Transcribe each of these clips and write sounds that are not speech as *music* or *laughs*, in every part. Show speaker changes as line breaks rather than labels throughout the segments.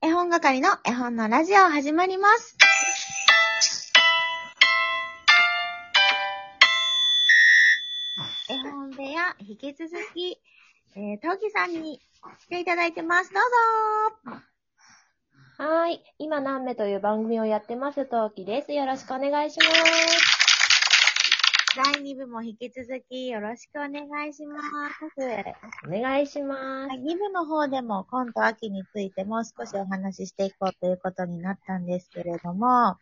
本係の絵本のラジオ始まります。絵本部屋、引き続き、えー、トウキさんに来ていただいてます。どうぞ
はーい。今何目という番組をやってます、トウキです。よろしくお願いします。
第2部も引き続きよろしくお願いします。
お願いしま
は
す。
い、義務の方でも今度秋についてもう少しお話ししていこうということになったんですけれども、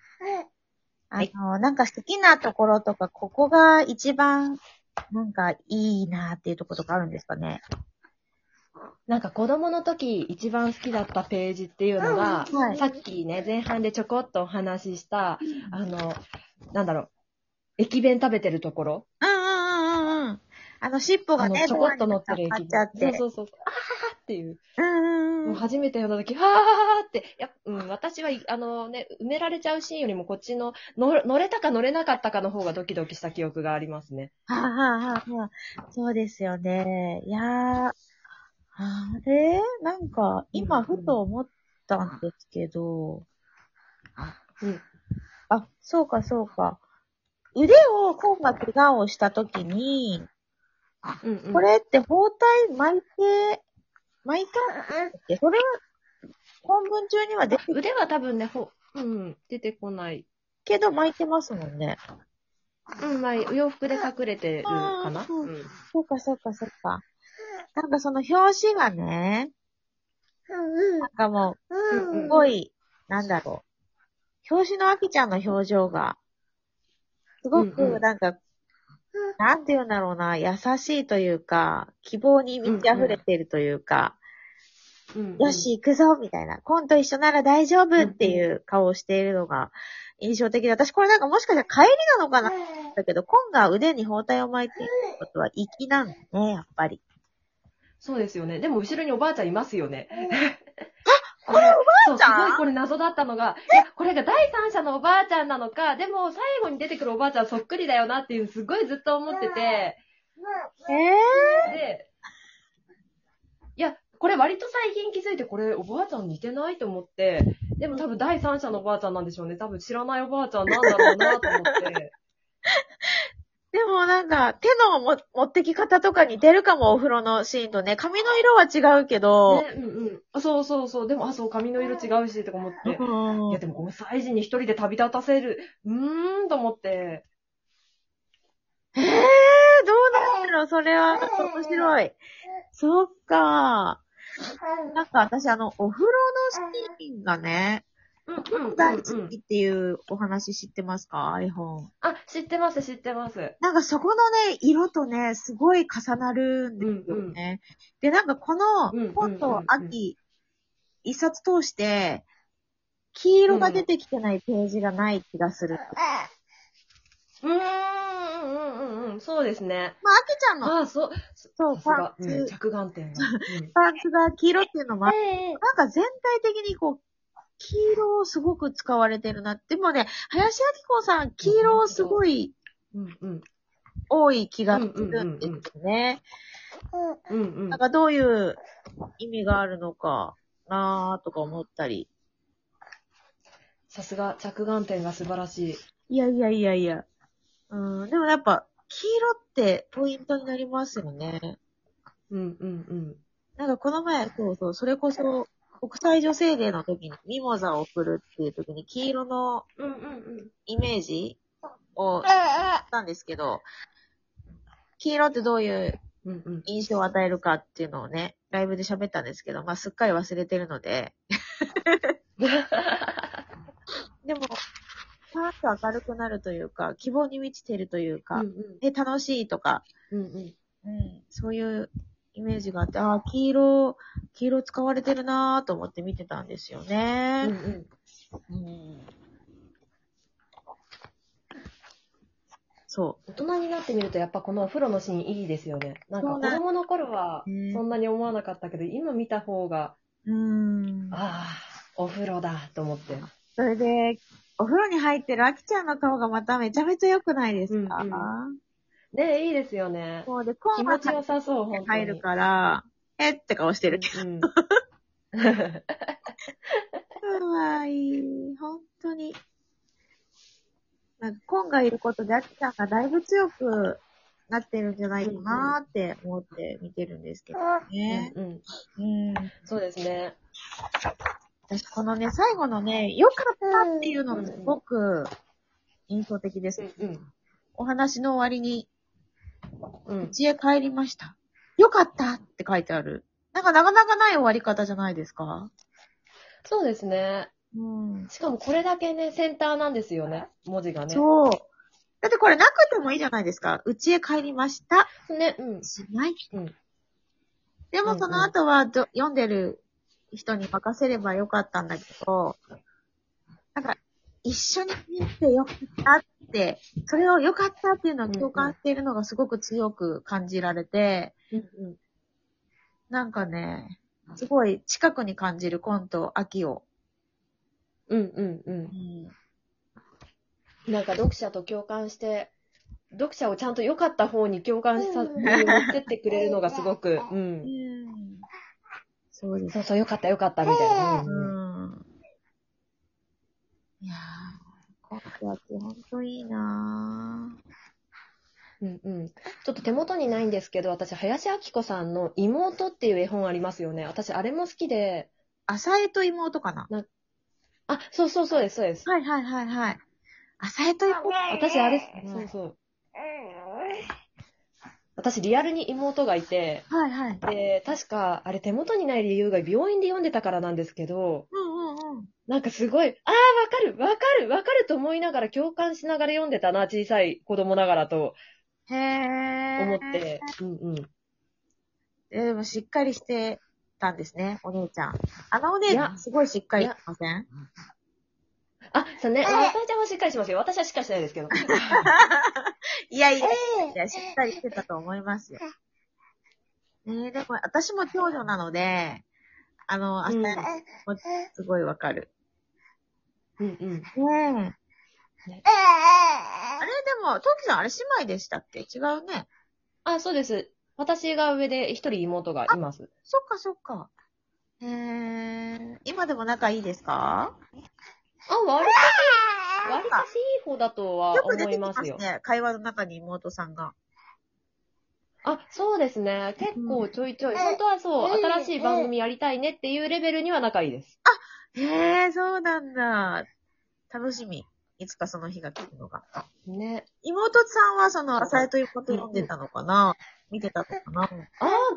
あ
い
の、なんか好きなところとか、ここが一番、なんかいいなっていうところとかあるんですかね。
なんか子供の時一番好きだったページっていうのが、
うんはい
さっきね、前半でちょこっとお話しした、あの、なんだろう、駅弁食べてるところ、
うんうんうんうんうん。あの、尻尾が
あの
ね、
ちょこっと乗ってる
ドアに
駅
引っかか
弁
っちゃ。って。
そうそうそう。あーっていう。
うんうん
も
う。
うん初めて読んだ時、はーって、いや、うん、私は、いあのね、埋められちゃうシーンよりもこっちのの乗れたか乗れなかったかの方がドキドキした記憶がありますね。
はあ、はあはあはあ、そうですよね。いやー、あれなんか、今、ふと思ったんですけど、
うん。
あ、そうか、そうか。腕を、コンが怪我をしたときに、
うん、うん。
これって包帯巻いて、巻いたって、それは、本文中には出てる
腕は多分ね、ほ、うん、出てこない。
けど巻いてますもんね。
うん、まあ、洋服で隠れてるかな。
うん
うん。
そうか、そうか、そうか。なんかその表紙がね、なんかもう、
うんうん
すごい、なんだろう。表紙のあきちゃんの表情が、すご
うんう
く
ん
なんか、なんて言うんだろうな、優しいというか、希望に満ち溢れてるというか、
うん、
よし、行くぞみたいな、コンと一緒なら大丈夫っていう顔をしているのが印象的で、私これなんかもしかしたら帰りなのかなだけど、コンが腕に包帯を巻いているってことは粋なんだね、やっぱり。
そうですよね。でも、後ろにおばあちゃんいますよね。 *laughs*
これ
そう、
ち
す
ゃん
ごいこれ謎だったのが、いや、これが第三者のおばあちゃんなのか、でも、最後に出てくるおばあちゃんそっくりだよなっていう、すごいずっと思ってて、
えー、
で、いや、これ割と最近気づいて、これおばあちゃん似てないと思って、でも多分第三者のおばあちゃんなんでしょうね。多分知らないおばあちゃんなんだろうなと思って。
でもなんか、手のも持ってき方とか似てるかも、お風呂のシーンとね。髪の色は違うけど、
ね、うんうんあ。そうそうそう。でも、あ、そう、髪の色違うし、とか思って。
うん
いや、でも5歳児に一人で旅立たせる。うーん、と思って。
えー、どうなんだろう、それは、面白い。そっか。なんか私、あの、お風呂のシーンがね、
うんうんうん、
大
う
好
ん。
きっていうお話知ってますか ?iPhone。
あ、知ってます、知ってます。
なんかそこのね、色とね、すごい重なるんですよね。で、なんかこ
うんうんうん
の、
うん
今度秋、一冊通して、黄色が出てきてないページがない気がする。まあ、
うーん、うんうんうん、そうですね。
秋ちゃんの、
あ、そう、
そう、
さす
パ
が、
ン
うん、
ツ、
着眼点が。
パンツが黄色っていうのもあ *laughs* っ
え
なんか全体的にこう、黄色をすごく使われてるな。でもね、林明子さん、黄色をすごい
うんうん、
多い気がするんですね。
うんうん
なん。かどういう意味があるのかなーとか思ったり。
さすが、着眼点が素晴らしい。
いやいやいやいや。うん、でもやっぱ、黄色ってポイントになりますよね。
うんうんうん。
なんかこの前、そうそう、それこそ、国際女性デーの時にミモザを送るっていう時に黄色の
うんうん
イメージをしたんですけど、黄色ってどういう
うん。うんうん。
印象を与えるかっていうのをね、ライブで喋ったんですけど、まあすっかり忘れてるの *laughs* で。でも、パーッと明るくなるというか、希望に満ちてるというか、
うん
で、楽しいとか、
うん。うんうん。
うん、そういうイメージがあって、ああ、黄色、黄色使われてるなーと思って見てたんですよ
うんう
ね。
ん。
うんそ
大人になってみるとやっぱこのお風呂のシーンいいですよね。なん
そう
か子
なん
供の頃は
うん
そんなに思わなかったけど、今見た方が、
う。うん。
ああ、お風呂だと思って。
それで、お風呂に入ってるあきちゃんの顔がまためちゃめちゃ良くないですか、
う
うん
ねいいですよね。
そうで、コ
気
ンが
持ちよさそう、本当に。
入るから、えって顔してるけど。
うんうん
かわいい。本当に。なんか、コンがいることで、アキさんがだいぶ強くなってるんじゃないかなーって思って見てるんですけどね。
うんうん。
うん。
そうですね。
私、このね、最後のね、良かったっていうのがすごく印象的です。
うん。
お話の終わりに、
うん。
家へ帰りました。良かったって書いてある。なんか、なかなかない終わり方じゃないですか
そうですね。
うん。
しかもこれだけね、センターなんですよね。文字がね。
そう。だってこれなくてもいいじゃないですか。家へ帰りました。
う。ね、うん。
しない。
うん
でもその後はど、読んでる人に任せればよかったんだけど、なんか、一緒に見てよかったって、それをよかったっていうのを共感しているのがすごく強く感じられて、
うん
なんかね、すごい近くに感じるコント、秋を。
うんうんう
うん
ん。なんか読者と共感して、読者をちゃんと良かった方に共感した、持ってってくれるのがすご *laughs* く、うん。
そうです。
そうそう、良かった良かったみたいな。うんうん
うん。いやー、コント秋ほんといいなぁ。
うんうん。ちょっと手元にないんですけど、私、林明子さんの妹っていう絵本ありますよね。私、あれも好きで、
浅江と妹かな
あ、そうそうそうです、そうです。
はいはいはいはい。浅江と妹
私、あれ、
うん
そうそう。私、リアルに妹がいて、
はいはい。
で、確か、あれ手元にない理由が病院で読んでたからなんですけど、
うんうんうん。
なんかすごい、ああ、わかる、わかる、わかると思いながら共感しながら読んでたな、小さい子供ながらと
へー。
思って。うんうん。
えー。でもしっかりしてたんですね、お姉ちゃん。あのお姉ちゃ
い
ん
や
すごいしっかりしてません
あ、そうね、あさえちゃんはしっかりしますよ。私はしっかりしないですけど。
いやいやいや、しっかりしてたと思いますよ。ねえ、でも私も長女なので、あの、
う
明
ん
日、すごいわかる。
*laughs* うんうん。
ねえ。
ね
あれでも、トキさんあれ姉妹でしたっけ違うね。
あ、そうです。私が上で一人妹がいます。
そっかそっか。えー、今でも仲いいですか
あ、割かし、割かしいい方だとは
よく出
思
て
い
きま
ます
す
よ。
ね。会話の中に妹さんが。
あ、そうですね。結構ちょいちょい。本当はそう、新しい番組やりたいねっていうレベルには仲いいです。
へえ、そうなんだ。楽しみ。いつかその日が来るのが。
ね。
妹さんはその、浅井ということ読んでたのかな見てたのかな
ああ、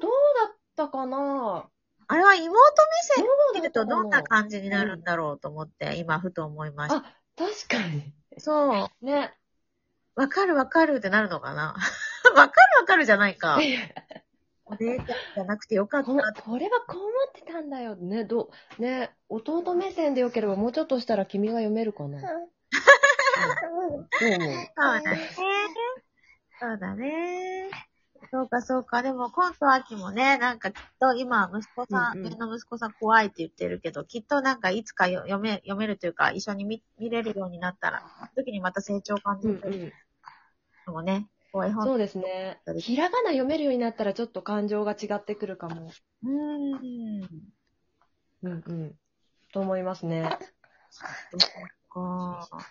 どうだったかな
あれは妹目
ど
線
う
見
だ
る
った
と
か
どんな
な
感じになるんだろうと思って、今ふと思いまし
あ確かに。
た。そう。
ね。
わかるわかるってなるのかな *laughs* わかるわかるじゃないか。お姉ちゃんじゃなくてよかった
ここれはこう思ってたんだよ。ね、どう、ね、弟目線でよければもうちょっとしたら君が読めるかな。うんどう思う
そうだね。そうだね。そうか、そうか。でも、今度秋もね、なんかきっと今、息子さん、
うんうん
み、んの息子さん怖いって言ってるけど、きっとなんかいつかよ読め、読めるというか、一緒に見見れるようになったら、その時にまた成長感じ
う
る
んうん。
のもね、怖い本。
そうですね。ひらがな読めるようになったらちょっと感情が違ってくるかも。
うーん。
うんうん。と思いますね。
そうか。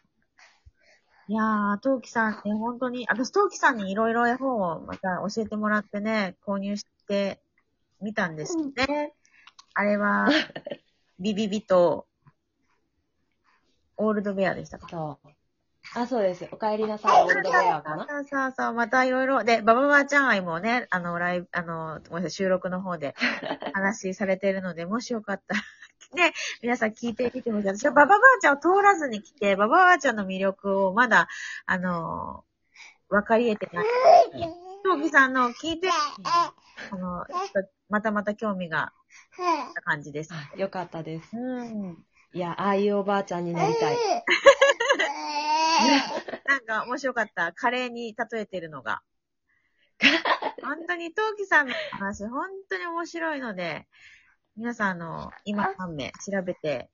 いやー、トウキさんね、本当に、私、トウキさんにいろいろ絵本をまた教えてもらってね、購入してみたんですよね。あれは、ビビビと、オールドベアでしたか。
そう。あ、そうです。お帰りなさい、オールドベアかな。
そうそうそう、またいろいろ。で、バババアちゃん愛もね、あの、ライブ、あの、ごめんなさい、収録の方
*laughs*
で話されているので、もしよかったら、ね、皆さん聞いてみてほしい。私はバババアちゃんを通らずに来て、バババアちゃんの魅力をまだ、あの、分かり得てない。ト木さんの聞いて、あの、ちょっとまたまた興味があった感じです。
あよかったです。
うん。
いや、ああいうおばあちゃんになりたい。
なんか、もしよかったら、カレーに例えてるの
*laughs*
が。本当に、トウキさんの話、本当に面白いので、皆さん、あの、今半名調べて、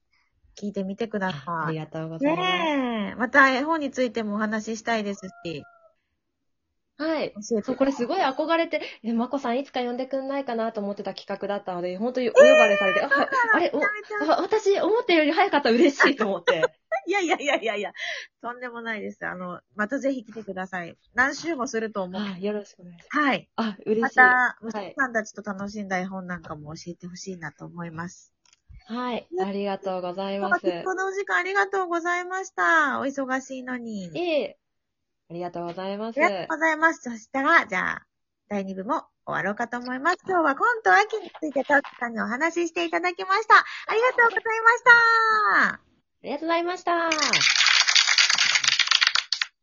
聞いてみてくだ
あ
さ
り
い。
がとうございます。
ねえ。また、絵本についてもお話ししたいですし。
はい。
教え
そう、
て。
これすごい憧れて、え、まこさんいつか呼んでくんないかなと思ってた企画だったので、本当にお呼ばれされて、あはいあれ、お、
めちゃめちゃ
あ私、思ったより早かった、嬉しいと思
*laughs*
って。
いやいやいやいやいや、とんでもないです。あの、またぜひ来てください。何週もすると思う。
はい、よろしくお願いします。
はい。
あ、嬉
ま
しい。
た、娘さんたちと楽しんだ絵本なんかも教えてほしいなと思います。
はい、ありがとうござい
今日
ま
は
す。
結
い
構のお時間ありがとうございました。お忙しいのに。
え、ありがとうございま
あ
す。
りがとうございます。そしたら、じゃあ、第2部も終わろうかと思います。今日はコント秋についてトッキさんにお話ししていただきました。ありがとうございました。
ありがとうございました。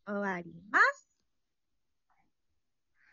終わります。